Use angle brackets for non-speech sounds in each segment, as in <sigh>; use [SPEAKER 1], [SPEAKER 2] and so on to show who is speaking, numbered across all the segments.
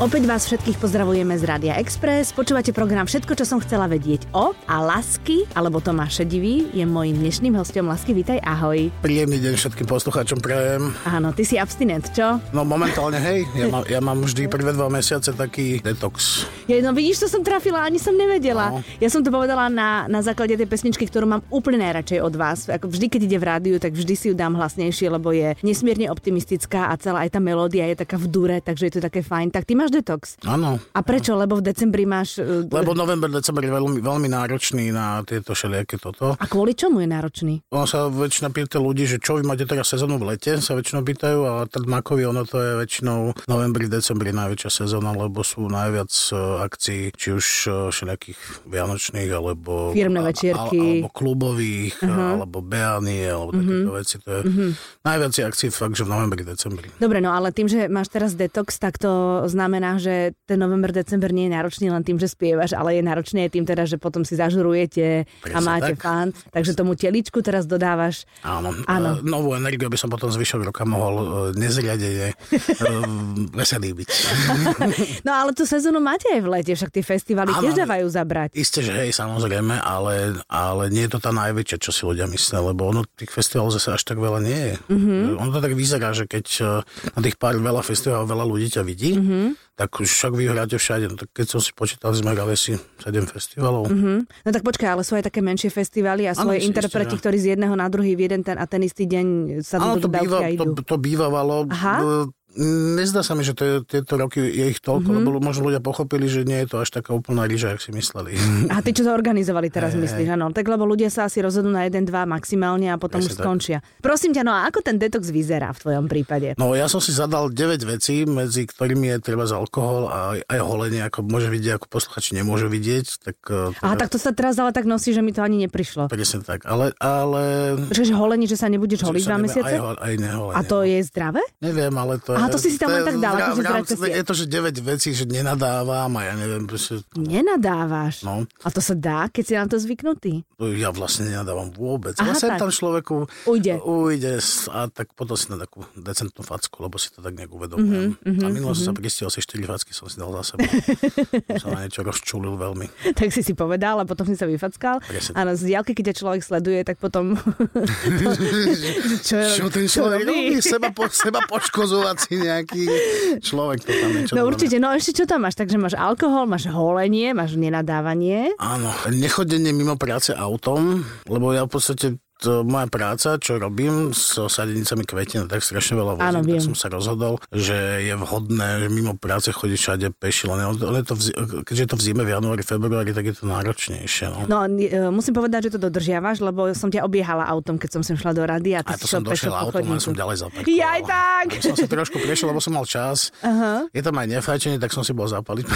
[SPEAKER 1] Opäť vás všetkých pozdravujeme z Rádia Express. Počúvate program Všetko, čo som chcela vedieť o a Lasky, alebo Tomáš Šedivý, je mojím dnešným hostom. Lasky, vítaj, ahoj.
[SPEAKER 2] Príjemný deň všetkým poslucháčom prajem.
[SPEAKER 1] Áno, ty si abstinent, čo?
[SPEAKER 2] No momentálne, hej, ja, má, ja mám vždy prvé dva mesiace taký detox.
[SPEAKER 1] Ja, no vidíš, to som trafila, ani som nevedela.
[SPEAKER 2] No.
[SPEAKER 1] Ja som to povedala na, na základe tej pesničky, ktorú mám úplne najradšej od vás. Ako vždy, keď ide v rádiu, tak vždy si ju dám hlasnejšie, lebo je nesmierne optimistická a celá aj tá melódia je taká v dure, takže je to také fajn. Tak ty máš detox.
[SPEAKER 2] Áno.
[SPEAKER 1] A prečo? Lebo v decembri máš... eh,
[SPEAKER 2] Lebo november, december je veľmi, veľmi náročný na tieto všelijaké toto.
[SPEAKER 1] A kvôli čomu je náročný?
[SPEAKER 2] Ono sa väčšina pýta ľudí, že čo vy máte teraz sezónu v lete, sa väčšinou pýtajú a trmákovi ono to je väčšinou novembri, decembri najväčšia sezóna, lebo sú najviac e, akcií, či už e, všelijakých vianočných, alebo...
[SPEAKER 1] Firmné
[SPEAKER 2] a- a-
[SPEAKER 1] večierky.
[SPEAKER 2] alebo klubových, e, alebo beánie, alebo
[SPEAKER 1] Mhm.
[SPEAKER 2] takéto veci. To je najviac je akcií fakt, že v novembri, decembri.
[SPEAKER 1] Dobre, no ale tým, že máš teraz detox, tak to znamená, že ten november, december nie je náročný len tým, že spievaš, ale je náročný aj tým teda, že potom si zažurujete a
[SPEAKER 2] Presne
[SPEAKER 1] máte
[SPEAKER 2] tak.
[SPEAKER 1] fan. Takže tomu teličku teraz dodávaš.
[SPEAKER 2] Áno.
[SPEAKER 1] Áno.
[SPEAKER 2] E, Novú energiu by som potom zvyšok roka mohol e, nezriadene e, <laughs> veselý byť.
[SPEAKER 1] No ale tú sezónu máte aj v lete, však tie festivaly
[SPEAKER 2] Áno,
[SPEAKER 1] tiež
[SPEAKER 2] ale-
[SPEAKER 1] dávajú zabrať.
[SPEAKER 2] Isté, že hej, samozrejme, ale, ale nie je to tá najväčšia, čo si ľudia myslia, lebo ono tých festivalov zase až tak veľa nie je. Mm-hmm.
[SPEAKER 1] Mhm.
[SPEAKER 2] Ono to tak vyzerá, že keď e, na tých pár veľa festivalov veľa ľudí ťa vidí,
[SPEAKER 1] Mhm.
[SPEAKER 2] mm-hmm. tak už však vy hráte všade. No, tak keď som si počítal, sme hrali si 7 festivalov. Mm-hmm.
[SPEAKER 1] No tak počkaj, ale sú aj také menšie festivaly a sú
[SPEAKER 2] Áno,
[SPEAKER 1] aj
[SPEAKER 2] ešte-
[SPEAKER 1] interpreti,
[SPEAKER 2] ešte,
[SPEAKER 1] ktorí z jedného na druhý v jeden ten a ten istý deň sa do
[SPEAKER 2] Áno, to,
[SPEAKER 1] dodávky
[SPEAKER 2] býva,
[SPEAKER 1] a idú.
[SPEAKER 2] to, to bývavalo.
[SPEAKER 1] Aha.
[SPEAKER 2] E, Nezdá sa mi, že to je, tieto roky je ich
[SPEAKER 1] Mhm.
[SPEAKER 2] toľko, mm-hmm. lebo možno ľudia pochopili, že nie je to až taká úplná ryža, jak si mysleli.
[SPEAKER 1] A tí, čo to organizovali teraz, myslíš, áno. Tak lebo ľudia sa asi rozhodnú na jeden, dva maximálne a potom už
[SPEAKER 2] Presne tak.
[SPEAKER 1] skončia. Prosím ťa, no a ako ten detox vyzerá v tvojom prípade?
[SPEAKER 2] No ja som si zadal 9 vecí, medzi ktorými je treba z alkohol a aj, aj holenie, ako môže vidieť, ako posluchači nemôžu vidieť, tak... e,
[SPEAKER 1] Aha, tak
[SPEAKER 2] teda-
[SPEAKER 1] to sa teraz ale tak nosí, že mi to ani neprišlo.
[SPEAKER 2] Presne tak, ale... ale
[SPEAKER 1] Čiže holení, že sa nebudeš holiť
[SPEAKER 2] sa
[SPEAKER 1] dva
[SPEAKER 2] neviem,
[SPEAKER 1] mesiace?
[SPEAKER 2] Aj, ho- aj neholenie.
[SPEAKER 1] A to je zdravé?
[SPEAKER 2] Neviem, ale to
[SPEAKER 1] Aha,
[SPEAKER 2] je...
[SPEAKER 1] to si si tam
[SPEAKER 2] to
[SPEAKER 1] len
[SPEAKER 2] je
[SPEAKER 1] tak dal,
[SPEAKER 2] v rá-
[SPEAKER 1] akože
[SPEAKER 2] v rámci-
[SPEAKER 1] zrakte si-
[SPEAKER 2] Je to, že 9 vecí, že nenadávam a ja neviem, proste,
[SPEAKER 1] Nenadávaš.
[SPEAKER 2] No.
[SPEAKER 1] A to sa dá, keď si na to zvyknutý. <laughs>
[SPEAKER 2] to ja vlastne nenadávam vôbec.
[SPEAKER 1] Aha,
[SPEAKER 2] ja sem
[SPEAKER 1] tak.
[SPEAKER 2] tam človeku
[SPEAKER 1] Ujde.
[SPEAKER 2] ujde s- a tak potom si na takú decentnú facku, lebo si to tak nejak uvedomujem.
[SPEAKER 1] Mhm,
[SPEAKER 2] a minulo som sa pristihol, asi 4 facky som si dal za
[SPEAKER 1] <laughs>
[SPEAKER 2] sebou. som na niečo rozčulil veľmi.
[SPEAKER 1] tak si si povedal a potom si sa vyfackal.
[SPEAKER 2] Presne.
[SPEAKER 1] Áno, z diaľky, keď ťa človek sleduje, tak potom... <laughs> čo,
[SPEAKER 2] <laughs> Čo ten človek robí? Seba, po, seba poškozovací nejaký človek to tam niečo
[SPEAKER 1] No
[SPEAKER 2] znamená.
[SPEAKER 1] určite, no ešte čo tam máš? Takže máš alkohol, máš holenie, máš nenadávanie.
[SPEAKER 2] Áno, nechodenie mimo práce autom, lebo ja v podstate to moja práca, čo robím so sadenicami kvetín, tak strašne veľa
[SPEAKER 1] Áno, viem.
[SPEAKER 2] vozím, tak som sa rozhodol, že je vhodné že mimo práce chodiť všade peši, len on, on je to v, zi- keďže je to v zime, v januári, februári, tak je to náročnejšie. No.
[SPEAKER 1] No, n- e, musím povedať, že to dodržiavaš, lebo som ťa obiehala autom, keď som sem šla do rady a ty
[SPEAKER 2] A
[SPEAKER 1] si
[SPEAKER 2] to
[SPEAKER 1] šiel
[SPEAKER 2] som
[SPEAKER 1] pešo
[SPEAKER 2] došiel
[SPEAKER 1] po
[SPEAKER 2] autom, len
[SPEAKER 1] chodníku.
[SPEAKER 2] som ďalej zaparkoval.
[SPEAKER 1] Jaj, tak!
[SPEAKER 2] Aby Som sa trošku prešiel, lebo som mal čas. Uh-huh. Je tam aj nefajčenie, tak som si bol zapaliť.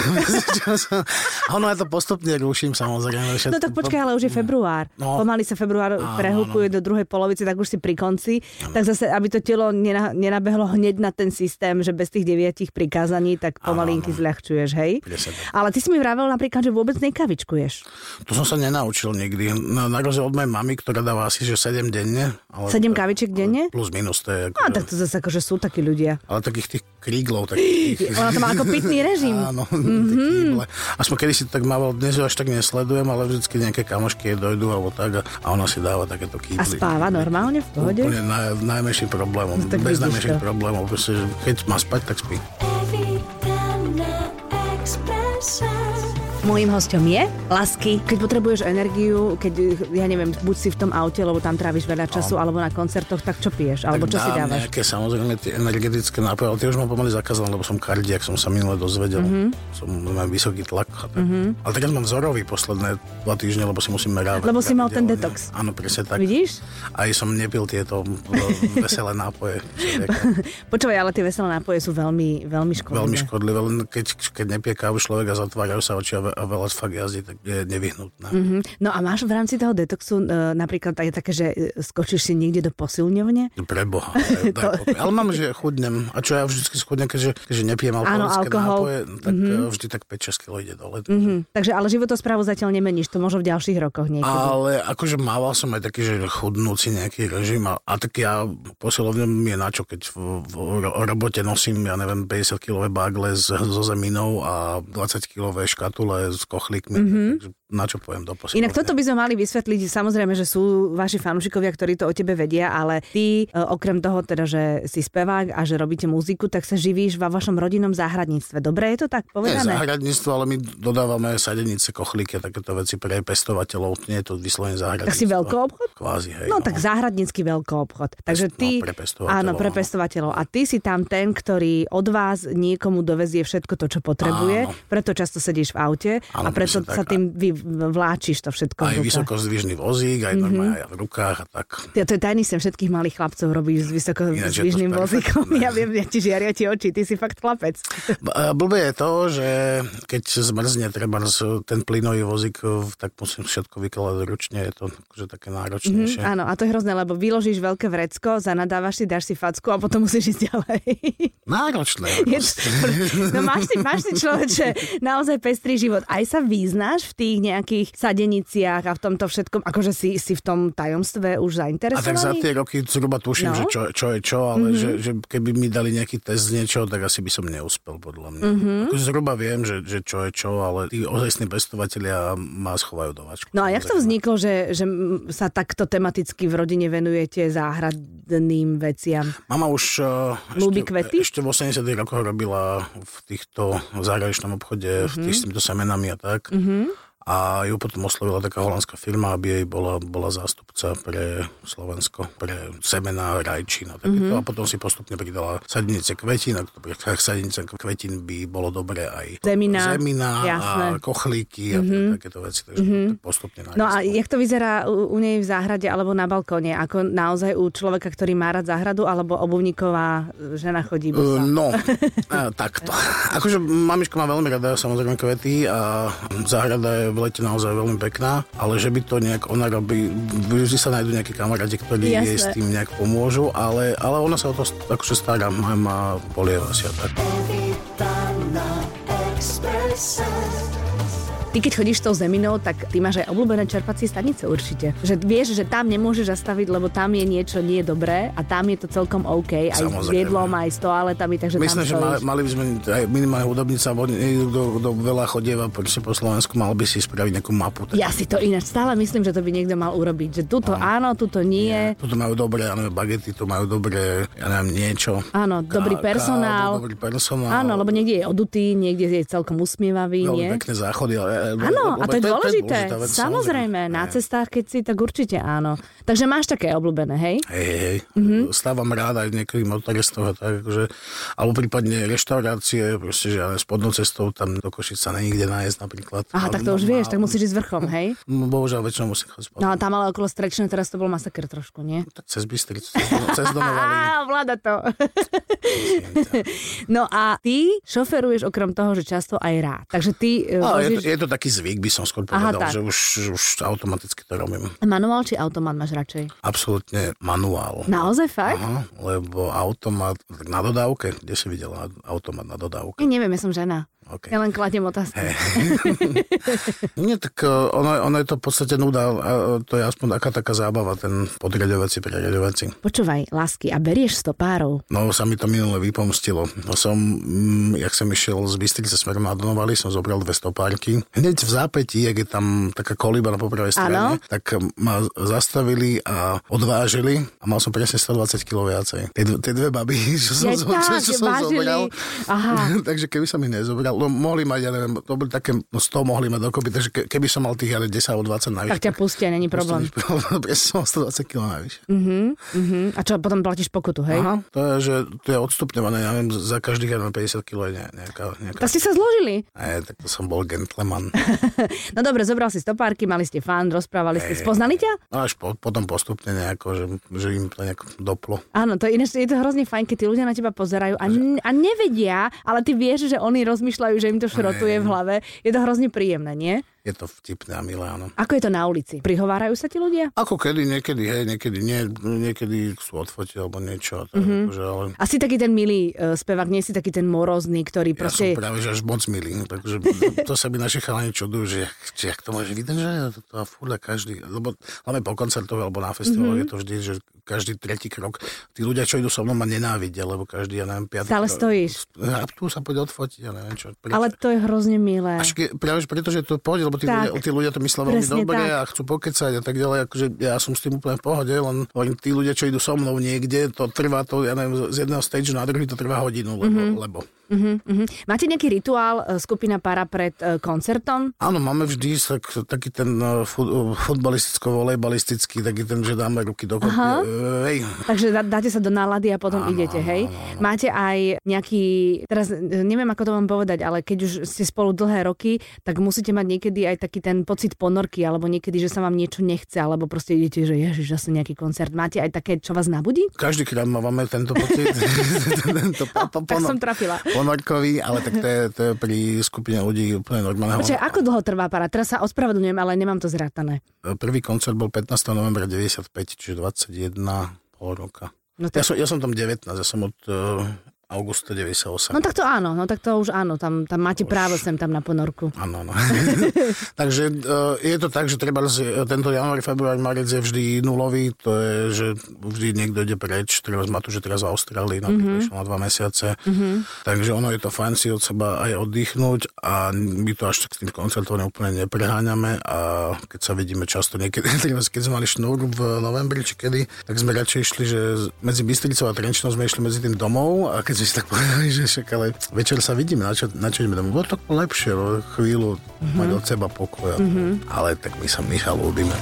[SPEAKER 2] <laughs> A ono ja to postupne ruším, samozrejme. Všetko.
[SPEAKER 1] No tak počkaj, ale už je február. No.
[SPEAKER 2] No.
[SPEAKER 1] Pomaly sa február
[SPEAKER 2] Áno,
[SPEAKER 1] prehúpuje do druhej polovice, tak už si pri konci. Tak zase, aby to telo nena- nenabehlo hneď na ten systém, že bez tých deviatich prikázaní, tak pomalinky zľahčuješ, hej?
[SPEAKER 2] Presne tak.
[SPEAKER 1] Ale ty si mi vravel napríklad, že vôbec nekavičkuješ.
[SPEAKER 2] To som sa nenaučil nikdy. Na, na rozdiel od mojej mamy, ktorá dáva asi že 7 denne. Ale
[SPEAKER 1] Sedem kavičiek denne?
[SPEAKER 2] Plus minus to je. Ako,
[SPEAKER 1] No tak to zase akože sú takí ľudia.
[SPEAKER 2] Ale takých tých kríglov. Takých,
[SPEAKER 1] <gasps> Ona to má ako pitný
[SPEAKER 2] <laughs>
[SPEAKER 1] režim. Mhm.
[SPEAKER 2] Áno, mm-hmm. Aspoň kedy si to tak mával, dnes ju až tak nesledujem, ale vždycky nejaké kamošky jej dojdú alebo tak a, a ona si dáva takéto kýbly.
[SPEAKER 1] A spáva normálne v pohode? No
[SPEAKER 2] Úplne naj, najmenším problémom.
[SPEAKER 1] tak vidíš
[SPEAKER 2] Bez najmenších
[SPEAKER 1] to.
[SPEAKER 2] problémov. Proste, že keď má spať, tak spí.
[SPEAKER 3] Evitana Expressa.
[SPEAKER 1] Mojím hostom je Lasky. Keď potrebuješ energiu, keď, ja neviem, buď si v tom aute, lebo tam tráviš veľa času, alebo na koncertoch, tak čo piješ? Alebo čo si
[SPEAKER 2] dám
[SPEAKER 1] dávaš?
[SPEAKER 2] Nejaké samozrejme tie energetické nápoje, ale tie už mám pomaly zakázané, lebo som kardiak, som sa minule dozvedel.
[SPEAKER 1] Mhm.
[SPEAKER 2] Mm-hmm. Som, mám vysoký tlak. A tak. Mm-hmm. Ale teraz mám vzorový posledné dva týždne, lebo si musím merávať.
[SPEAKER 1] Lebo si mal ten
[SPEAKER 2] pravidelne.
[SPEAKER 1] detox.
[SPEAKER 2] Áno, presne tak.
[SPEAKER 1] Vidíš? <laughs>
[SPEAKER 2] Aj som nepil tieto e, veselé
[SPEAKER 1] <laughs>
[SPEAKER 2] nápoje. Človeka.
[SPEAKER 1] Počúvaj, ale tie veselé nápoje sú veľmi, veľmi škodlivé.
[SPEAKER 2] Veľmi škodlivé, len keď, keď nepie kávu človek a zatvárajú sa oči a, a veľa fakt jazdí, tak je nevyhnutné.
[SPEAKER 1] Mhm. No a máš v rámci toho detoxu e, napríklad aj také, že e, skočíš si niekde do posilňovne? <laughs>
[SPEAKER 2] Preboha. Daj, daj pokoj. No ale mám, že chudnem. A čo ja vždycky schudnem, keďže, keďže nepijem
[SPEAKER 1] Áno,
[SPEAKER 2] alkoholické
[SPEAKER 1] alkohol.
[SPEAKER 2] nápoje, tak mm-hmm. vždy tak 5-6 kg ide dole.
[SPEAKER 1] Mhm. Takže ale životosprávu zatiaľ nemeníš, to možno v ďalších rokoch niekedy.
[SPEAKER 2] Ale akože mával som aj taký, že chudnúci nejaký režim a, a tak ja posilovne mi je na čo, keď v, v ro- robote nosím, ja neviem, 50-kilové bagle s, so zeminou a 20-kilové škatule s kochlíkmi, mm-hmm. takže na čo pojem do posilovne.
[SPEAKER 1] Mhm. Inak toto by sme mali vysvetliť, samozrejme, že sú vaši fanúšikovia, ktorí to o tebe vedia, ale ty e, okrem toho teda, že si spevák a že robíte muziku, tak sa živíš vo vašom rodinnom záhradníctve. Dobre je to tak
[SPEAKER 2] Nie
[SPEAKER 1] povedané?
[SPEAKER 2] záhradníctvo, ale my dodávame sadenice, kochlíky a takéto veci pre pestovateľov. Nie je to vyslovene záhradníctvo.
[SPEAKER 1] Tak si veľkoobchod?
[SPEAKER 2] Kvázi, hej.
[SPEAKER 1] No tak záhradnícky veľkoobchod. Takže
[SPEAKER 2] No,
[SPEAKER 1] ty...
[SPEAKER 2] pre pestovateľov,
[SPEAKER 1] áno, pre
[SPEAKER 2] áno.
[SPEAKER 1] pestovateľov. A ty si tam ten, ktorý od vás niekomu dovezie všetko to, čo potrebuje,
[SPEAKER 2] Áno.
[SPEAKER 1] preto často sedíš v aute a
[SPEAKER 2] Áno,
[SPEAKER 1] preto
[SPEAKER 2] presne tak.
[SPEAKER 1] sa tým vy vláčiš to všetko. v
[SPEAKER 2] Aj
[SPEAKER 1] rukách.
[SPEAKER 2] vysokozdvižný vozík,
[SPEAKER 1] Mhm.
[SPEAKER 2] aj normálne aj v rukách a tak.
[SPEAKER 1] Ja to je tajný sen všetkých malých chlapcov, robíš s vysoko
[SPEAKER 2] Ináč je to
[SPEAKER 1] zvyšným
[SPEAKER 2] perfektné.
[SPEAKER 1] vozíkom. Ja viem, ja ti žiaria ti oči, ty si fakt chlapec.
[SPEAKER 2] B- e, Blbé je to, že keď zmrzne treba ten plynový vozík, e, tak musím všetko vykladať ručne, je to akože také náročnejšie.
[SPEAKER 1] Áno, Mhm, a to je hrozné, lebo vyložíš veľké vrecko, zanadávaš si, dáš si facku a potom musíš ísť ďalej.
[SPEAKER 2] Náročné.
[SPEAKER 1] Je to-
[SPEAKER 2] <laughs>
[SPEAKER 1] no máš si, máš si človeče, naozaj pestrý život. Aj sa význáš v tých nejakých sadeniciach a v tomto všetkom, akože si, si v tom tajomstve už
[SPEAKER 2] A tak za
[SPEAKER 1] zainteresovaný?
[SPEAKER 2] tie roky zhruba tuším,
[SPEAKER 1] No. Mhm.
[SPEAKER 2] že čo, čo je čo, ale mm-hmm. že, že keby mi dali nejaký test z niečoho, tak asi by som neúspel, podľa mňa.
[SPEAKER 1] Mhm.
[SPEAKER 2] Mm-hmm. Ako zhruba viem, že, že čo je čo, ale tí ozajstní pestovatelia ma schovajú do vačku.
[SPEAKER 1] No a jak to vzniklo, že, že m, sa takto tematicky v rodine venujete záhradným veciam?
[SPEAKER 2] Mama už uh,
[SPEAKER 1] Ľúbi
[SPEAKER 2] ešte,
[SPEAKER 1] kvety?
[SPEAKER 2] ešte v 80 rokoch robila v týchto v zahraničnom obchode
[SPEAKER 1] Mhm.
[SPEAKER 2] mm-hmm. s týmito semenami a tak. Mm-hmm. A ju potom oslovila taká holandská firma, aby jej bola, bola zástupca pre Slovensko, pre semená, rajčín a takéto.
[SPEAKER 1] Mhm.
[SPEAKER 2] Mm-hmm. A potom si postupne pridala sadnice kvetín, a pri tých sadnicách kvetín by bolo dobre aj
[SPEAKER 1] Zemina.
[SPEAKER 2] zemina
[SPEAKER 1] Jasné. Mhm.
[SPEAKER 2] a kochlíky a mm-hmm. takéto veci. Takže mm-hmm. tak postupne
[SPEAKER 1] No a
[SPEAKER 2] narastlo.
[SPEAKER 1] jak to vyzerá u, u nej v záhrade alebo na balkóne? Ako naozaj u človeka, ktorý má rád záhradu, alebo obuvníková e, žena chodí
[SPEAKER 2] Uh,
[SPEAKER 1] bosá? <laughs>
[SPEAKER 2] No, a, takto. Akože mamička má veľmi rada samozrejme kvety a záhrada je v lete naozaj veľmi pekná, ale že by to nejak ona robí, vždy sa nájdú nejakí kamaráti, ktorí
[SPEAKER 1] Jasné.
[SPEAKER 2] jej s tým nejak pomôžu, ale, ale ona sa o to akože stará, má, má polieva si a tak.
[SPEAKER 3] Evitana Expressas.
[SPEAKER 1] Ty keď chodíš tou zeminou, tak ty máš aj obľúbené čerpacie stanice určite. Že vieš, že tam nemôžeš zastaviť, lebo tam je niečo nie dobré a tam je to celkom OK. Aj s
[SPEAKER 2] Samozrejme.
[SPEAKER 1] jedlom, aj s toaletami, takže tam
[SPEAKER 2] Myslím, že mali,
[SPEAKER 1] stojíš.
[SPEAKER 2] mali by sme aj minimálne hudobnica, alebo niekto, kto, kto veľa chodieva proste po Slovensku, mal by si spraviť nejakú mapu. Tak.
[SPEAKER 1] Ja si to ináč stále myslím, že to by niekto mal urobiť. Že tuto áno, tuto nie.
[SPEAKER 2] Tuto majú dobré, ja neviem, bagety, tu majú dobré, ja neviem, niečo.
[SPEAKER 1] Áno, dobrý personál.
[SPEAKER 2] dobrý personál.
[SPEAKER 1] Áno, lebo niekde je odutý, niekde je celkom usmievavý,
[SPEAKER 2] Veľmi
[SPEAKER 1] nie?
[SPEAKER 2] pekné záchody. Ale, ale-
[SPEAKER 1] Áno, a
[SPEAKER 2] lebo
[SPEAKER 1] to je dôležité.
[SPEAKER 2] dôležitá vec,
[SPEAKER 1] Samozrejme, na
[SPEAKER 2] Hej.
[SPEAKER 1] cestách, keď si, tak určite áno. Takže máš také obľúbené, hej?
[SPEAKER 2] Hej, hej, hej.
[SPEAKER 1] Mhm.
[SPEAKER 2] Mm-hmm. Stávam rád aj niektorým motoristov a tak, akože, alebo prípadne reštaurácie, proste, že ja neviem, spodnou cestou tam do Košica nenikde nájsť napríklad.
[SPEAKER 1] Aha, tak to už vieš, tak musíš ísť vrchom, hej?
[SPEAKER 2] No, Bohužiaľ, väčšinou musím chodiť spodnou.
[SPEAKER 1] No a tam ale okolo Strečne teraz to bol masaker trošku, nie?
[SPEAKER 2] Tak cez Bystricu, cez Dono- cez Donovali.
[SPEAKER 1] <laughs> Á, vláda to. no a ty šoferuješ okrem toho, že často aj rád. Takže ty e,
[SPEAKER 2] No, je, to,
[SPEAKER 1] vozíš...
[SPEAKER 2] je to taký zvyk, by som skôr
[SPEAKER 1] Aha,
[SPEAKER 2] povedal,
[SPEAKER 1] tak.
[SPEAKER 2] že už, už automaticky to robím.
[SPEAKER 1] Manuál či automat máš radšej?
[SPEAKER 2] Absolútne manuál.
[SPEAKER 1] Naozaj fakt?
[SPEAKER 2] Aha, lebo automat tak na dodávke, kde si videla automat na dodávke?
[SPEAKER 1] Ja neviem, ja som žena.
[SPEAKER 2] Okay.
[SPEAKER 1] Ja len kladiem otázky.
[SPEAKER 2] Nie, tak e, ono, ono je to v podstate nuda, a e, to je aspoň taká taká zábava, ten podriadovať si, preriadovať si.
[SPEAKER 1] Počúvaj, lásky, a berieš stopárov?
[SPEAKER 2] No sa mi to minule vypomstilo. No, som, mm, jak som išiel z Bystrice smerom na Donovali, som zobral dve stopárky. Hneď v zápätí, jak je tam taká kolíba na popravej
[SPEAKER 1] Áno.
[SPEAKER 2] strane, tak ma zastavili a odvážili a mal som presne 120 kg viacej. Tie, dve- tie dve baby, <laughs> čo som,
[SPEAKER 1] Ja
[SPEAKER 2] zo-
[SPEAKER 1] tak,
[SPEAKER 2] čo, čo som
[SPEAKER 1] vážili.
[SPEAKER 2] zobral. no.
[SPEAKER 1] Aha.
[SPEAKER 2] <laughs> takže keby som ich nezobral, no mohli mať, ja neviem, to boli také, no 100 mohli mať dokopy, takže ke, keby som mal tých, ja neviem, 10 alebo 20 navyše.
[SPEAKER 1] Tak ťa pustia, není problém.
[SPEAKER 2] <laughs> Presne som mal 120 kg navyše.
[SPEAKER 1] Mhm. A čo, potom platíš pokutu, hej?
[SPEAKER 2] Aha. To je, že to je odstupňované, ja viem, za každých ja neviem, 50 kg je ne- nejaká... nejaká...
[SPEAKER 1] Tak ste sa zložili. <laughs>
[SPEAKER 2] Ne, tak to som bol gentleman.
[SPEAKER 1] No dobre, zobral si stopárky, mali ste fan, rozprávali ste, spoznali ťa?
[SPEAKER 2] No až po, potom postupne nejako, že, že im to nejak doplo.
[SPEAKER 1] Áno, to je, ináč, je to hrozne fajn, keď tí ľudia na teba pozerajú a, n- a nevedia, ale ty vieš, že oni rozmýšľajú rozmýšľajú, že im to šrotuje v hlave. Je to hrozne príjemné, nie?
[SPEAKER 2] Je to vtipné a milé, áno.
[SPEAKER 1] Ako je to na ulici? Prihovárajú sa ti ľudia?
[SPEAKER 2] Ako kedy, niekedy, hej, niekedy nie, niekedy sú odfotiť alebo niečo.
[SPEAKER 1] Mhm.
[SPEAKER 2] Tak, mm-hmm. akože, ale
[SPEAKER 1] A si taký ten milý uh, spevák, nie si taký ten morozný, ktorý
[SPEAKER 2] ja
[SPEAKER 1] proste...
[SPEAKER 2] som práve že až moc milý, no, takže to sa mi naši chalani čudujú, že jak, že jak to môže vydržať, to, to a furt a každý, lebo hlavne po koncertov alebo
[SPEAKER 1] Mhm.
[SPEAKER 2] na festivaloch mm-hmm. je to vždy, že každý tretí krok, tí ľudia, čo idú so mnou, ma nenávidia, lebo každý, ja neviem, piatý...
[SPEAKER 1] Stále
[SPEAKER 2] krok-
[SPEAKER 1] stojíš.
[SPEAKER 2] A tu sa poď odfotiť, ja neviem čo. Prečo?
[SPEAKER 1] Ale to je hrozne milé.
[SPEAKER 2] Až ke, práve že preto, že to pôjde, lebo tí,
[SPEAKER 1] Tak.
[SPEAKER 2] ľudia, tí ľudia to myslia veľmi
[SPEAKER 1] Presne
[SPEAKER 2] dobre
[SPEAKER 1] tak.
[SPEAKER 2] a chcú pokecať a tak ďalej. Akože ja som s tým úplne v pohode, len hovorím, tí ľudia, čo idú so mnou niekde, to trvá to, ja neviem, z jedného stage na druhý to trvá hodinu, lebo, mm-hmm. lebo.
[SPEAKER 1] Uh-huh, uh-huh. Máte nejaký rituál e, skupina Para pred e, koncertom?
[SPEAKER 2] Áno, máme vždy tak, taký ten eh, fut, futbalisticko-volejbalistický, taký ten, že dáme ruky do
[SPEAKER 1] Aha.
[SPEAKER 2] Ej,
[SPEAKER 1] Takže dá, dáte sa do nálady a potom
[SPEAKER 2] Áno,
[SPEAKER 1] idete,
[SPEAKER 2] áno,
[SPEAKER 1] hej?
[SPEAKER 2] áno, áno.
[SPEAKER 1] Máte aj nejaký, teraz e, neviem, ako to vám povedať, ale keď už ste spolu dlhé roky, tak musíte mať niekedy aj taký ten pocit ponorky, alebo niekedy, že sa vám niečo nechce, alebo proste idete, že ježiš, zase nejaký koncert. Máte aj také, čo vás nabudí?
[SPEAKER 2] každý krát máme tento pocit.
[SPEAKER 1] <laughs>
[SPEAKER 2] <laughs> tento po, po,
[SPEAKER 1] No, tak
[SPEAKER 2] pono-
[SPEAKER 1] som trafila.
[SPEAKER 2] ponorkový, ale tak to je, to je pri skupine ľudí úplne normálne.
[SPEAKER 1] Počkaj, ako dlho trvá para? Teraz sa ospravedlňujem, ale nemám to zrátané.
[SPEAKER 2] Prvý koncert bol 15. novembra 95, čiže 21 pol roka.
[SPEAKER 1] No
[SPEAKER 2] Ja
[SPEAKER 1] tak,
[SPEAKER 2] som, ja som tam 19, ja som od uh, augusta 98.
[SPEAKER 1] no tak to áno, no tak to už áno, tam, tam máte právo sem tam na ponorku.
[SPEAKER 2] Áno, <laughs> áno. Takže uh, je to tak, že treba z- tento január, február, marec je vždy nulový, to je, že vždy niekto ide preč, treba z Matúže teraz v Austrálii, napríklad mm-hmm. na dva mesiace. Mm-hmm. Takže ono je to fajn si od seba aj oddychnúť a my to až tak s tým koncertom úplne nepreháňame a keď sa vidíme často niekedy, <laughs> treba, keď sme mali šnúr v novembri či kedy, tak sme radšej išli, že medzi Bystricou a Trenčnou sme išli medzi tým domov a keď sme si tak <laughs> povedali, že však ale večer sa vidíme, na čo, na čo ideme domov, bolo to lepšie, no, chvíľu
[SPEAKER 1] Mhm.
[SPEAKER 2] mm-hmm. mať od seba pokoj, mm-hmm. ale tak my sa Michal ľúbime.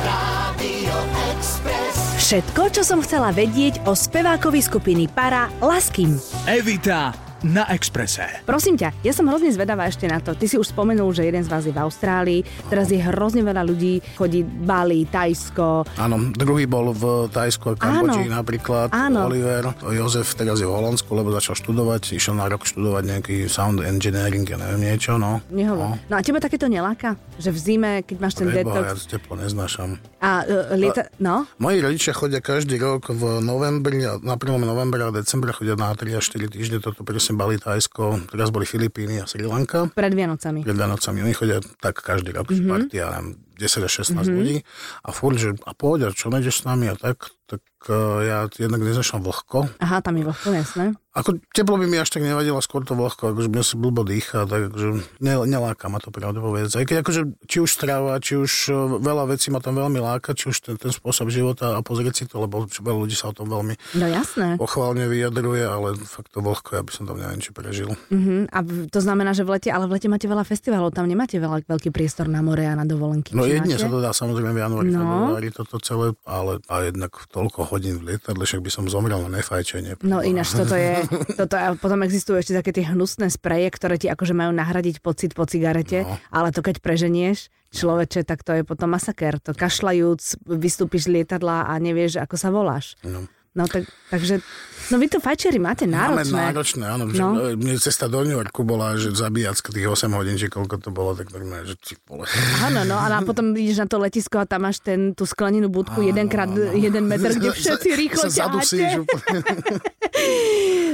[SPEAKER 3] Radio Express.
[SPEAKER 4] Všetko, čo som chcela vedieť o spevákovi skupiny Para Laským.
[SPEAKER 5] Evita na Exprese.
[SPEAKER 1] Prosím ťa, ja som hrozne zvedavá ešte na to. Ty si už spomenul, že jeden z vás je v Austrálii, teraz je hrozne veľa ľudí, chodí Bali, Tajsko.
[SPEAKER 2] Áno, druhý bol v Tajsku a Kambodži
[SPEAKER 1] Áno.
[SPEAKER 2] napríklad,
[SPEAKER 1] Áno.
[SPEAKER 2] Oliver. Jozef teraz je v Holandsku, lebo začal študovať, išiel na rok študovať nejaký sound engineering, ja neviem niečo, no.
[SPEAKER 1] Nehovor.
[SPEAKER 2] No.
[SPEAKER 1] No a teba takéto neláka? Že v zime, keď máš ten
[SPEAKER 2] Preboha, ja
[SPEAKER 1] detox
[SPEAKER 2] teplo neznášam.
[SPEAKER 1] a e, lieta... No?
[SPEAKER 2] Moji rodičia chodia každý rok v novembri, a- na prelome novembra a decembra chodia na 3 až 4 týždne, toto presne Bali, Tajsko, teraz boli Filipíny a Sri Lanka.
[SPEAKER 1] Pred Vianocami.
[SPEAKER 2] Pred Vianocami oni chodia tak každý rok mm-hmm. party, ja neviem, 10 až 16 mm-hmm. ľudí a furt, že a poď, a čo nejdeš s nami a tak, tak eh, ja jednak nezašam vlhko.
[SPEAKER 1] Aha, tam je vlhko, jasné.
[SPEAKER 2] Ako teplo by mi až tak nevadilo, skôr to vlhko, akože mne sa blbo dýcha, tak akože ne, neláka ma to pravdu povedať. Aj keď akože, či už strava, či už eh, veľa vecí ma tam veľmi láka, či už ten, ten spôsob života a pozrieť si to, lebo veľa ľudí sa o tom veľmi
[SPEAKER 1] No jasné.
[SPEAKER 2] pochválne vyjadruje, ale fakt to vlhko, ja by som tam neviem, či prežil.
[SPEAKER 1] Mhm. A v- to znamená, že v lete, ale v lete máte veľa festivalov, tam nemáte veľa, veľký priestor na more a na dovolenky.
[SPEAKER 2] No
[SPEAKER 1] či
[SPEAKER 2] jedne
[SPEAKER 1] máte?
[SPEAKER 2] sa to dá samozrejme v januári,
[SPEAKER 1] No.
[SPEAKER 2] februári toto celé, ale a jednak toľko hodín v lietadle, však by som zomrel na nefajčenie.
[SPEAKER 1] No ináč, toto je, toto, a potom existujú ešte také tie hnusné spreje, ktoré ti akože majú nahradiť pocit po cigarete, no.
[SPEAKER 2] No.
[SPEAKER 1] ale to keď preženieš, človeče, tak to je potom masaker. To kašľajúc, vystúpiš z lietadla a nevieš, ako sa voláš.
[SPEAKER 2] No.
[SPEAKER 1] No tak, takže, no vy to fajčeri máte náročné.
[SPEAKER 2] Máme náročné, áno.
[SPEAKER 1] No.
[SPEAKER 2] No. Mne cesta do New Yorku bola, že zabíjacka tých 8 hodín, či koľko to bolo, tak normálne, že ty vole.
[SPEAKER 1] Áno, no a potom ideš na to letisko a tam máš ten, tú sklenenú budku,
[SPEAKER 2] Áno,
[SPEAKER 1] jedenkrát
[SPEAKER 2] áno.
[SPEAKER 1] jeden meter,
[SPEAKER 2] <laughs>
[SPEAKER 1] kde všetci rýchlo
[SPEAKER 2] sa zadusíš
[SPEAKER 1] ťaháte.
[SPEAKER 2] úplne.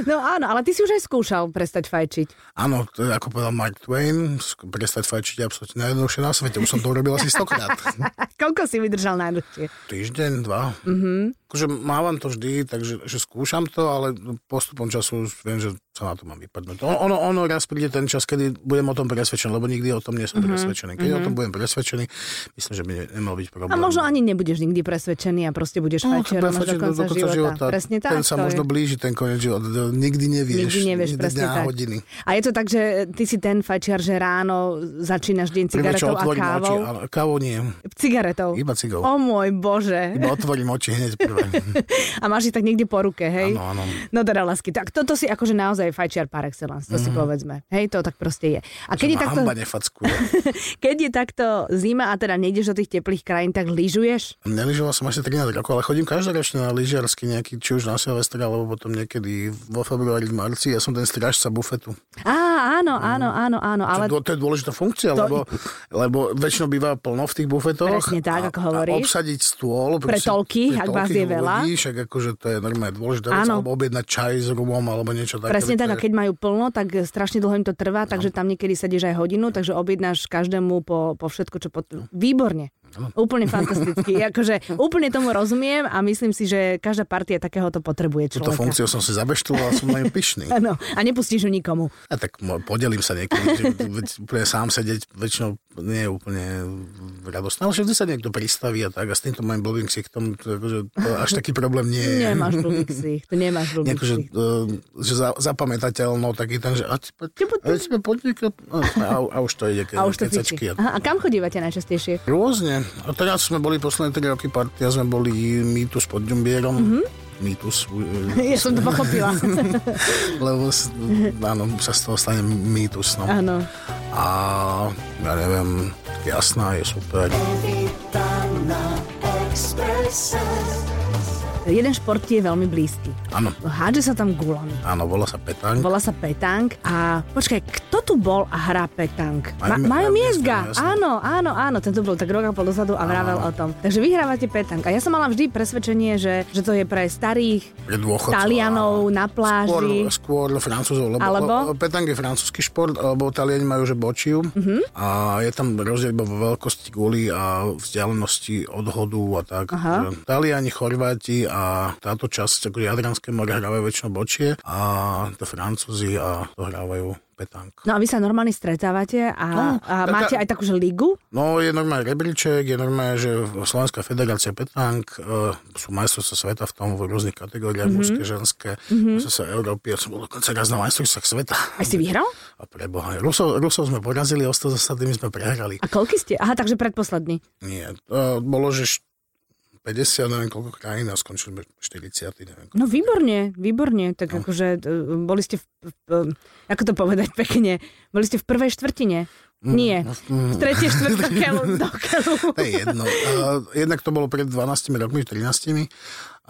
[SPEAKER 1] No áno, ale ty si už aj skúšal prestať fajčiť.
[SPEAKER 2] Áno, to je, ako povedal Mark Twain, sk- prestať fajčiť je absolútne najjednoduchšie na svete. Už som to urobil asi stokrát.
[SPEAKER 1] Koľko si vydržal najdlhšie?
[SPEAKER 2] Týždeň, dva.
[SPEAKER 1] Mhm.
[SPEAKER 2] Mm-hmm. Akože mávam to vždy, takže že skúšam to, ale postupom času už viem, že sa na to mám vypadnúť. On, ono, ono raz príde ten čas, kedy budem o tom presvedčený, lebo nikdy o tom
[SPEAKER 1] Mhm.
[SPEAKER 2] nie som mm-hmm. presvedčený. Keď mm-hmm. o tom budem presvedčený, myslím, že by ne, nemal byť problém.
[SPEAKER 1] A možno ani nebudeš nikdy presvedčený a proste budeš
[SPEAKER 2] No, to
[SPEAKER 1] fajčerom
[SPEAKER 2] bude
[SPEAKER 1] až do
[SPEAKER 2] fajčiť
[SPEAKER 1] konca života. Presne tak.
[SPEAKER 2] Ten sa
[SPEAKER 1] to
[SPEAKER 2] možno
[SPEAKER 1] je.
[SPEAKER 2] blíži, ten koniec života. To Nikdy nevieš.
[SPEAKER 1] Nikdy nevieš, presne
[SPEAKER 2] dňa,
[SPEAKER 1] tak.
[SPEAKER 2] hodiny.
[SPEAKER 1] A je to tak, že ty si ten fajčiar, že ráno začínaš deň
[SPEAKER 2] Prvé,
[SPEAKER 1] cigaretou
[SPEAKER 2] čo
[SPEAKER 1] a
[SPEAKER 2] otvorím oči,
[SPEAKER 1] kávou.
[SPEAKER 2] ale kávou nie.
[SPEAKER 1] Cigaretou.
[SPEAKER 2] Iba cigou.
[SPEAKER 1] O môj bože.
[SPEAKER 2] Iba otvorím oči hneď prvé.
[SPEAKER 1] <laughs> A máš ich tak niekde po ruke, hej?
[SPEAKER 2] Áno, áno.
[SPEAKER 1] No teda, lásky, tak toto si akože naozaj fajčiar par excellence, to
[SPEAKER 2] Mhm.
[SPEAKER 1] si povedzme. Hej, to tak proste je. A keď je,
[SPEAKER 2] Ma
[SPEAKER 1] takto,
[SPEAKER 2] Hamba nefackuje.
[SPEAKER 1] <laughs> keď je takto zima a teda nejdeš do tých teplých krajín, tak lyžuješ?
[SPEAKER 2] Neližoval som asi 13 rokov, ale chodím každoročne na lyžiarsky nejaký, či už na Silvestra, alebo potom niekedy vo februári, v marci. Ja som ten strážca bufetu.
[SPEAKER 1] Á, Áno, áno, áno, áno, ale
[SPEAKER 2] Ale... To je dôležitá funkcia,
[SPEAKER 1] To-
[SPEAKER 2] lebo, lebo väčšinou býva plno v tých bufetoch.
[SPEAKER 1] Presne tak,
[SPEAKER 2] a,
[SPEAKER 1] ako hovoríš.
[SPEAKER 2] A obsadiť stôl.
[SPEAKER 1] Pre
[SPEAKER 2] proste-
[SPEAKER 1] toľky,
[SPEAKER 2] pre
[SPEAKER 1] ak vás
[SPEAKER 2] toľkých
[SPEAKER 1] je veľa.
[SPEAKER 2] Ľudí, však akože to je normálne dôležitá vec,
[SPEAKER 1] Áno.
[SPEAKER 2] alebo objednať čaj s rumom, alebo niečo také.
[SPEAKER 1] presne
[SPEAKER 2] veď
[SPEAKER 1] tak,
[SPEAKER 2] to
[SPEAKER 1] a
[SPEAKER 2] je-
[SPEAKER 1] keď majú plno, tak strašne dlho im to trvá, takže tam niekedy sedíš aj hodinu, takže objednáš každému po, po všetko, čo pot... Výborne.
[SPEAKER 2] <laughs>
[SPEAKER 1] Úplne fantasticky. akože úplne tomu rozumiem a myslím si, že každá partia takéhoto potrebuje
[SPEAKER 2] Túto
[SPEAKER 1] človeka.
[SPEAKER 2] funkciu som si zabeštil a som na ňu
[SPEAKER 1] <laughs>
[SPEAKER 2] pyšný.
[SPEAKER 1] Áno, a nepustíš ju nikomu.
[SPEAKER 2] A tak mo- podelím sa niekedy, že veď úplne sám sedieť väčšinou nie je úplne radostné, ale vždy sa niekto pristaví a tak a s týmto môjim blbým ksichtom to, akože, to až taký problém nie je.
[SPEAKER 1] Nemáš blbý ksich, to nemáš no, blbý
[SPEAKER 2] Nejako, že,
[SPEAKER 1] ksich.
[SPEAKER 2] eh, že za, zapamätateľno, taký ten, že a, ti- a,
[SPEAKER 1] Čo po-
[SPEAKER 2] ti sme podnikli- a, a už to ide, keď
[SPEAKER 1] A už to
[SPEAKER 2] kecačky
[SPEAKER 1] fičí.
[SPEAKER 2] a
[SPEAKER 1] Aha, a kam chodívate najčastejšie? <laughs>
[SPEAKER 2] Rôzne. A teraz sme boli posledné 3 roky partia, sme boli Mýtus pod Ďumbierom.
[SPEAKER 1] Mhm.
[SPEAKER 2] Mm-hmm. Mýtus, eh,
[SPEAKER 1] <laughs> Ja som to
[SPEAKER 2] <laughs>
[SPEAKER 1] pochopila.
[SPEAKER 2] lebo s- áno, sa z toho stane mýtus. No.
[SPEAKER 1] Áno.
[SPEAKER 2] A ja neviem, jasná je super.
[SPEAKER 3] Evita na exprese.
[SPEAKER 1] Jeden šport ti je veľmi blízky.
[SPEAKER 2] Áno,
[SPEAKER 1] Hádže sa tam gulami.
[SPEAKER 2] áno, volá sa Petang.
[SPEAKER 1] Volá sa petang a počkaj, kto tu bol a hrá petang? Ma-
[SPEAKER 2] Majo-
[SPEAKER 1] Majo
[SPEAKER 2] Majo
[SPEAKER 1] Miezga,
[SPEAKER 2] Miezga, jasné.
[SPEAKER 1] áno, áno, áno, ten tu bol tak rok a pol dozadu a vravel o tom. Takže vyhrávate petang a ja som mala vždy presvedčenie, že, že to je pre starých
[SPEAKER 2] Pre dôchodcov,
[SPEAKER 1] Talianov
[SPEAKER 2] áno.
[SPEAKER 1] na pláži.
[SPEAKER 2] Skôr, skôr francúzov, lebo,
[SPEAKER 1] Alebo?
[SPEAKER 2] lebo? petang je francúzsky šport, alebo Taliani majú že bočiu
[SPEAKER 1] Mhm.
[SPEAKER 2] a je tam rozdiel iba vo veľkosti guli a vzdialenosti od hodu a tak.
[SPEAKER 1] Aha.
[SPEAKER 2] Že Taliani, Chorváti a táto časť, ako Jadranské more, hrávajú väčšinou bočie a to Francúzi a to hrávajú petang.
[SPEAKER 1] No a vy sa normálne stretávate a,
[SPEAKER 2] No,
[SPEAKER 1] a
[SPEAKER 2] taká-
[SPEAKER 1] máte aj takúže ligu?
[SPEAKER 2] No, je normálne rebríček, je normálne, že Slovenská federácia petank, e, sú majstrovstvá sveta v tom v rôznych
[SPEAKER 1] Mhm.
[SPEAKER 2] kategóriách, mm-hmm. mužské, ženské, mm-hmm. sa Európy, ja som bol dokonca raz na majstrovstvách sveta.
[SPEAKER 1] Aj si vyhral?
[SPEAKER 2] A preboha, Rusov, Rusov sme porazili, ostatní ostatnými sme prehrali.
[SPEAKER 1] A koľko ste? Aha, takže predposledný.
[SPEAKER 2] Nie, to bolo, že št- 50, neviem koľko krajín a skončili sme 40, neviem koľko.
[SPEAKER 1] No výborne, výborne.
[SPEAKER 2] No.
[SPEAKER 1] Tak akože e, boli ste, v, v, v- ako to povedať pekne, boli ste v prvej štvrtine.
[SPEAKER 2] Mm, no.
[SPEAKER 1] Nie, v
[SPEAKER 2] <laughs>
[SPEAKER 1] tretej štvrtine do keľu.
[SPEAKER 2] To je jedno. A jednak to bolo pred 12 rokmi, 13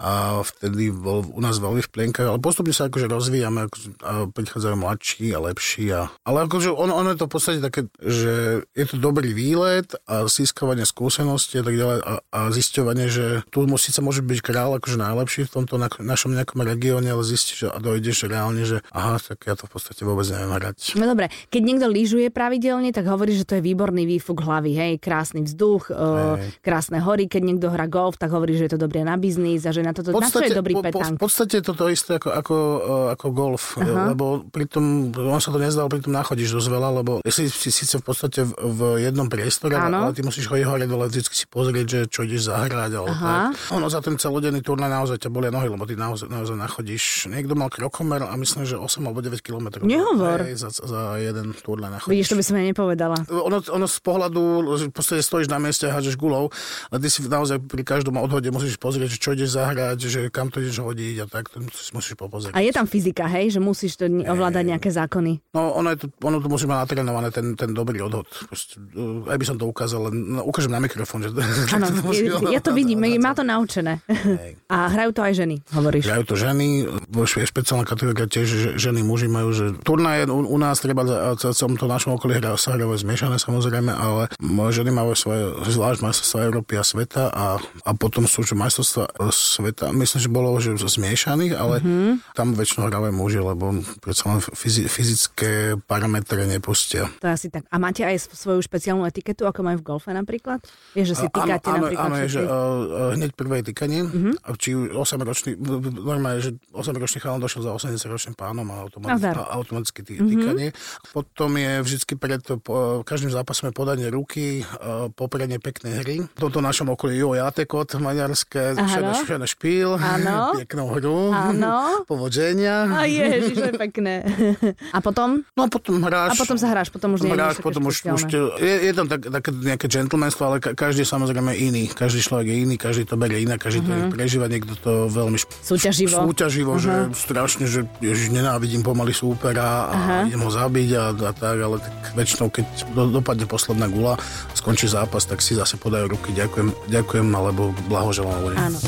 [SPEAKER 2] a vtedy bol u nás veľmi v plienkach, ale postupne sa akože rozvíjame, akože, a prichádzajú mladší a lepší. A, ale akože ono, ono je to v podstate také, že je to dobrý výlet a získavanie skúsenosti a tak ďalej a, a zisťovanie, že tu mu síce môže byť král akože najlepší v tomto na, našom nejakom regióne, ale zistíš že- a dojdeš reálne, že aha, tak ja to v podstate vôbec neviem hrať.
[SPEAKER 1] No dobre, keď niekto lyžuje pravidelne, tak hovorí, že to je výborný výfuk hlavy, hej, krásny vzduch, e, krásne hory, keď niekto hrá golf, tak hovorí, že je to dobré na biznis a že na toto, na čo je dobrý
[SPEAKER 2] po, po,
[SPEAKER 1] petang.
[SPEAKER 2] v podstate je to to isté ako, ako, e, ako golf, Aha. lebo pritom, on sa to nezdal, pritom nachodíš dosť veľa, lebo si, si síce v podstate v, v jednom priestore,
[SPEAKER 1] Áno.
[SPEAKER 2] ale, ale ty musíš chodiť hore dole, vždy si pozrieť, že čo ideš zahrať. Ale
[SPEAKER 1] Aha.
[SPEAKER 2] tak. Ono za ten celodenný turnaj naozaj ťa bolia nohy, lebo ty naozaj, naozaj nachodíš, niekto mal krokomer a myslím, že 8 alebo 9 kilometrov.
[SPEAKER 1] Nehovor.
[SPEAKER 2] Hej, Za, za jeden turnaj nachodíš
[SPEAKER 1] Vidíš, to by som ja nepovedala.
[SPEAKER 2] ono, ono z pohľadu, že v podstate stojíš na mieste a hádžeš gulou, ale ty si naozaj pri každom odhode musíš pozrieť, že čo ideš zahrať, že kam to ideš hodiť a tak, to si musíš popozrieť.
[SPEAKER 1] A je tam fyzika, hej, že musíš to ni- ovládať nejaké zákony.
[SPEAKER 2] No, ono, je <laughs> to, ono to musí mať natrénované, ten, ten dobrý odhod. Proste, uh, aj by som to ukázal, len no, ukážem na mikrofón, že
[SPEAKER 1] Áno,
[SPEAKER 2] to <laughs> musí-
[SPEAKER 1] ja, ja to vidím, má to naučené. <laughs> A hrajú to aj ženy, hovoríš.
[SPEAKER 2] Hrajú to ženy, vo špe- špeciálna kategória tiež, že ženy, muži majú, že turnaje u, u nás treba, za- a v celom to našom okolí hra, sa hrajú zmiešané samozrejme, ale m- ženy majú svoje zvlášť majstrovstvá Európy a sveta a, a potom sú že majstrovstvá sveta, myslím, že bolo že zmiešaných, ale mm-hmm. tam väčšinou hrávajú muži, lebo predsa len fyzi, fyzické parametre nepustia.
[SPEAKER 1] To je asi tak. A máte aj svoju špeciálnu etiketu, ako majú v golfe napríklad? Vieš, že si týkate
[SPEAKER 2] áno,
[SPEAKER 1] napríklad Mhm.
[SPEAKER 2] áno, je, že
[SPEAKER 1] všetky-
[SPEAKER 2] <laughs> uh, uh, hneď prvé týkanie, a či 8-ročný, b- b- normálne, že 8-ročný chalan došiel za 80-ročným pánom a automaticky,
[SPEAKER 1] Nazdar.
[SPEAKER 2] a automaticky
[SPEAKER 1] Mhm.
[SPEAKER 2] tý, týkanie. Potom je vždycky pred po, každým zápasom je podanie ruky, uh, popredne pekné hry. V tomto našom okolí jo, jatekot, maďarské,
[SPEAKER 1] Áno.
[SPEAKER 2] všetné špíl,
[SPEAKER 1] Áno.
[SPEAKER 2] <laughs> peknú hru, <laughs>
[SPEAKER 1] Áno.
[SPEAKER 2] povodenia.
[SPEAKER 1] A ježiš, to je pekné. Mhm. <laughs> A potom?
[SPEAKER 2] No a potom
[SPEAKER 1] A
[SPEAKER 2] hráš.
[SPEAKER 1] potom sa hráš, potom už nie je nič
[SPEAKER 2] hráš,
[SPEAKER 1] také
[SPEAKER 2] potom už, už
[SPEAKER 1] špeciálne.
[SPEAKER 2] te, je, je, tam tak, také nejaké gentlemanstvo, ale ka, každý je samozrejme iný. Každý človek je iný, každý to berie inak, každý to prežíva, niekto to veľmi šp-
[SPEAKER 1] Mhm. Súťaživo. Mhm.
[SPEAKER 2] súťaživo že strašne, že ježiš, nenávidím pomaly súpera a idem ho zabiť a, a tak, ale tak väčšinou, keď do, dopadne posledná gula, skončí zápas, tak si zase podajú ruky, ďakujem, ďakujem alebo blahoželám. Alebo niečo.
[SPEAKER 1] Áno.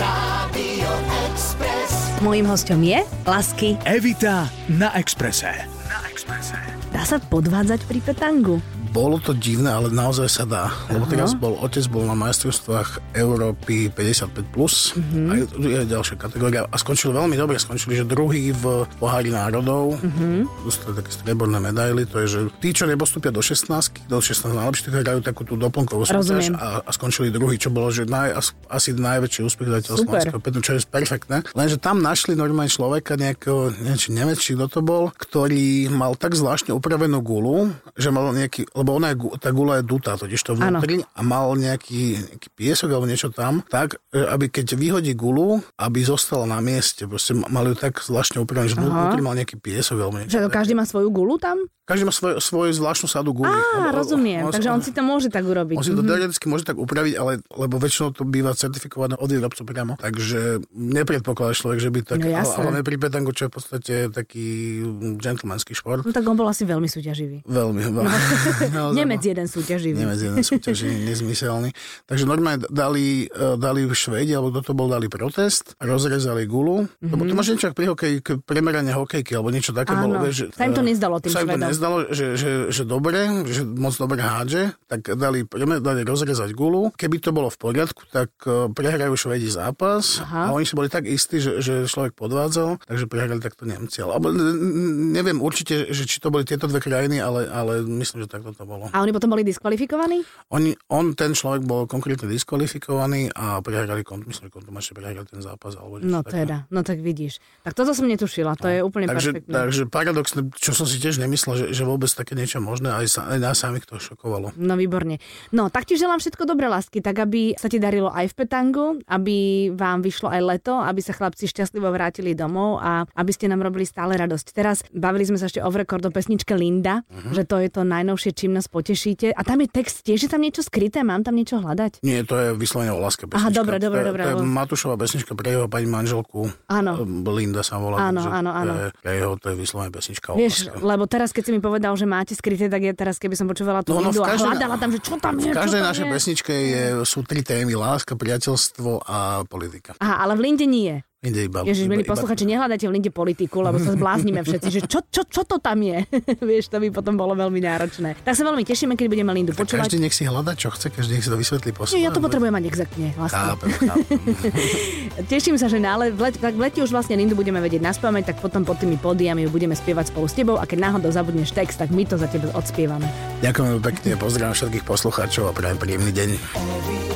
[SPEAKER 3] Radio Express.
[SPEAKER 4] Mojím hostom je Lasky.
[SPEAKER 5] Evita na Exprese. Na Exprese.
[SPEAKER 1] Dá sa podvádzať pri petangu.
[SPEAKER 2] Bolo to divné, ale naozaj sa dá. Lebo teraz bol, otec bol na majstrovstvách Európy 55+, plus,
[SPEAKER 1] Mhm.
[SPEAKER 2] a je, je ďalšia kategória. A skončil veľmi dobre, skončili, že druhý v pohári národov,
[SPEAKER 1] Mhm.
[SPEAKER 2] dostali také strieborné medaily, to je, že tí, čo nepostupia do 16, do 16 najlepších, tak hrajú takú tú doplnkovú súťaž
[SPEAKER 1] Rozumiem.
[SPEAKER 2] a, a, skončili druhý, čo bolo, že naj, as- asi najväčší úspech zatiaľ
[SPEAKER 1] Super.
[SPEAKER 2] Slovenského Petru, No čo je perfektné. Lenže tam našli normálne človeka nejakého, neviem, či neviem, či kto to bol, ktorý mal tak zvláštne upravenú gulu, že mal nejaký, lebo ona je, gu- tá gula je dutá, totiž to vnútri, a mal nejaký, nejaký piesok alebo niečo tam, tak, e, aby keď vyhodí gulu, aby zostala na mieste. Proste ma- mali ju tak zvláštne upravenú, že vnútri mal nejaký piesok alebo niečo.
[SPEAKER 1] Že
[SPEAKER 2] také.
[SPEAKER 1] každý má svoju gulu tam?
[SPEAKER 2] Každý má svoj, svoju zvláštnu sadu guly.
[SPEAKER 1] Á,
[SPEAKER 2] Lebo-
[SPEAKER 1] rozumiem.
[SPEAKER 2] lebo-
[SPEAKER 1] Takže on si to môže tak urobiť. Mhm.
[SPEAKER 2] on si to teoreticky môže tak upraviť, ale lebo väčšinou to býva certifikované od výrobcu priamo. Takže nepredpokladá človek, že by tak...
[SPEAKER 1] No jasné.
[SPEAKER 2] ale hlavne pri petangu, čo je v podstate taký gentlemanský šport.
[SPEAKER 1] No tak on bol asi veľmi súťaživý.
[SPEAKER 2] Veľmi.
[SPEAKER 1] <laughs>
[SPEAKER 2] veľmi. No.
[SPEAKER 1] Nemec jeden súťaživý.
[SPEAKER 2] Nemec jeden súťaž je nezmyselný. Takže normálne dali, eh, dali v Švedi, alebo kto to bol, dali protest, rozrezali gulu. Mm-hmm. Lebo to máš niečo ako pri hokeji, k- premeranie hokejky, alebo niečo také
[SPEAKER 1] Mhm. Áno.
[SPEAKER 2] bolo. Vieš, že,
[SPEAKER 1] Sa im to
[SPEAKER 2] eh,
[SPEAKER 1] nezdalo tým
[SPEAKER 2] Sa im to
[SPEAKER 1] Švedom.
[SPEAKER 2] nezdalo, že, že, že dobre, že moc dobre hádže, tak dali, premer, dali rozrezať gulu. Keby to bolo v poriadku, tak eh, prehrajú Švedi zápas.
[SPEAKER 1] Aha.
[SPEAKER 2] A oni si boli tak istí, že, že človek podvádzal, takže prehrali takto Nemci. Alebo n- n- neviem určite, že či to boli tieto dve krajiny, ale, ale myslím, že takto to bolo.
[SPEAKER 1] A oni potom boli diskvalifikovaní?
[SPEAKER 2] On, on, ten človek bol konkrétne diskvalifikovaný a prehrali, kon- myslím, že kontumačne prehrali ten zápas. Alebo niečo
[SPEAKER 1] No
[SPEAKER 2] také.
[SPEAKER 1] teda, no tak vidíš. Tak toto som netušila, to je úplne
[SPEAKER 2] Takže,
[SPEAKER 1] perfektné.
[SPEAKER 2] takže paradoxne, čo som si tiež nemyslel, že, že vôbec také niečo možné, aj, sa, aj nás samých to šokovalo.
[SPEAKER 1] No výborne. No, tak ti želám všetko dobré, lásky, tak aby sa ti darilo aj v petangu, aby vám vyšlo aj leto, aby sa chlapci šťastlivo vrátili domov a aby ste nám robili stále radosť. Teraz bavili sme sa ešte o rekord o pesničke Linda,
[SPEAKER 2] Mhm.
[SPEAKER 1] uh-huh. že to je to najnovšie, čím nás potešíte. A tam je text tiež, je tam niečo skryté, mám tam niečo hľadať?
[SPEAKER 2] Nie, to je vyslovene o láske
[SPEAKER 1] Aha,
[SPEAKER 2] pesnička.
[SPEAKER 1] dobre,
[SPEAKER 2] To je-
[SPEAKER 1] dobre, dobre,
[SPEAKER 2] To je
[SPEAKER 1] lebo-
[SPEAKER 2] Matušová pesnička pre jeho pani manželku. Ehm,
[SPEAKER 1] Áno.
[SPEAKER 2] Linda sa volá.
[SPEAKER 1] Áno,
[SPEAKER 2] takže
[SPEAKER 1] áno, áno.
[SPEAKER 2] To je, pre jeho, to je vyslovene pesnička o
[SPEAKER 1] Vieš,
[SPEAKER 2] láske.
[SPEAKER 1] lebo teraz, keď si mi povedal, že máte skryté, tak ja teraz, keby som počúvala tú
[SPEAKER 2] No, no,
[SPEAKER 1] Lindu
[SPEAKER 2] v
[SPEAKER 1] a
[SPEAKER 2] každej-
[SPEAKER 1] hľadala tam, že čo tam je,
[SPEAKER 2] V
[SPEAKER 1] čo
[SPEAKER 2] každej
[SPEAKER 1] tam
[SPEAKER 2] našej
[SPEAKER 1] je.
[SPEAKER 2] pesničke je, sú tri témy. Láska, priateľstvo a politika.
[SPEAKER 1] Aha, ale v Linde nie je.
[SPEAKER 2] Ide iba...
[SPEAKER 1] Ježiš,
[SPEAKER 2] iba-
[SPEAKER 1] milí
[SPEAKER 2] iba-
[SPEAKER 1] posluchači, nehľadajte v Linde politiku, lebo sa zbláznime všetci, že čo, čo, čo to tam je. <laughs> Vieš, to by potom bolo veľmi náročné. Tak sa veľmi tešíme, keď budeme Lindu
[SPEAKER 2] Tak
[SPEAKER 1] počúvať.
[SPEAKER 2] Každý nech si hľada, čo chce, každý nech si to vysvetlí po
[SPEAKER 1] Nie, ja to
[SPEAKER 2] svojom.
[SPEAKER 1] potrebujem mať exaktne. Vlastne.
[SPEAKER 2] Chápem, chápem.
[SPEAKER 1] Teším sa, že na le- v, let- tak v lete už vlastne Lindu budeme vedieť na spameť, tak potom pod tými podiami ju budeme spievať spolu s tebou a keď náhodou zabudneš text, tak my to za teba odspievame.
[SPEAKER 2] Ďakujem pekne, pozdravím všetkých poslucháčov a prajem príjemný deň.
[SPEAKER 3] Every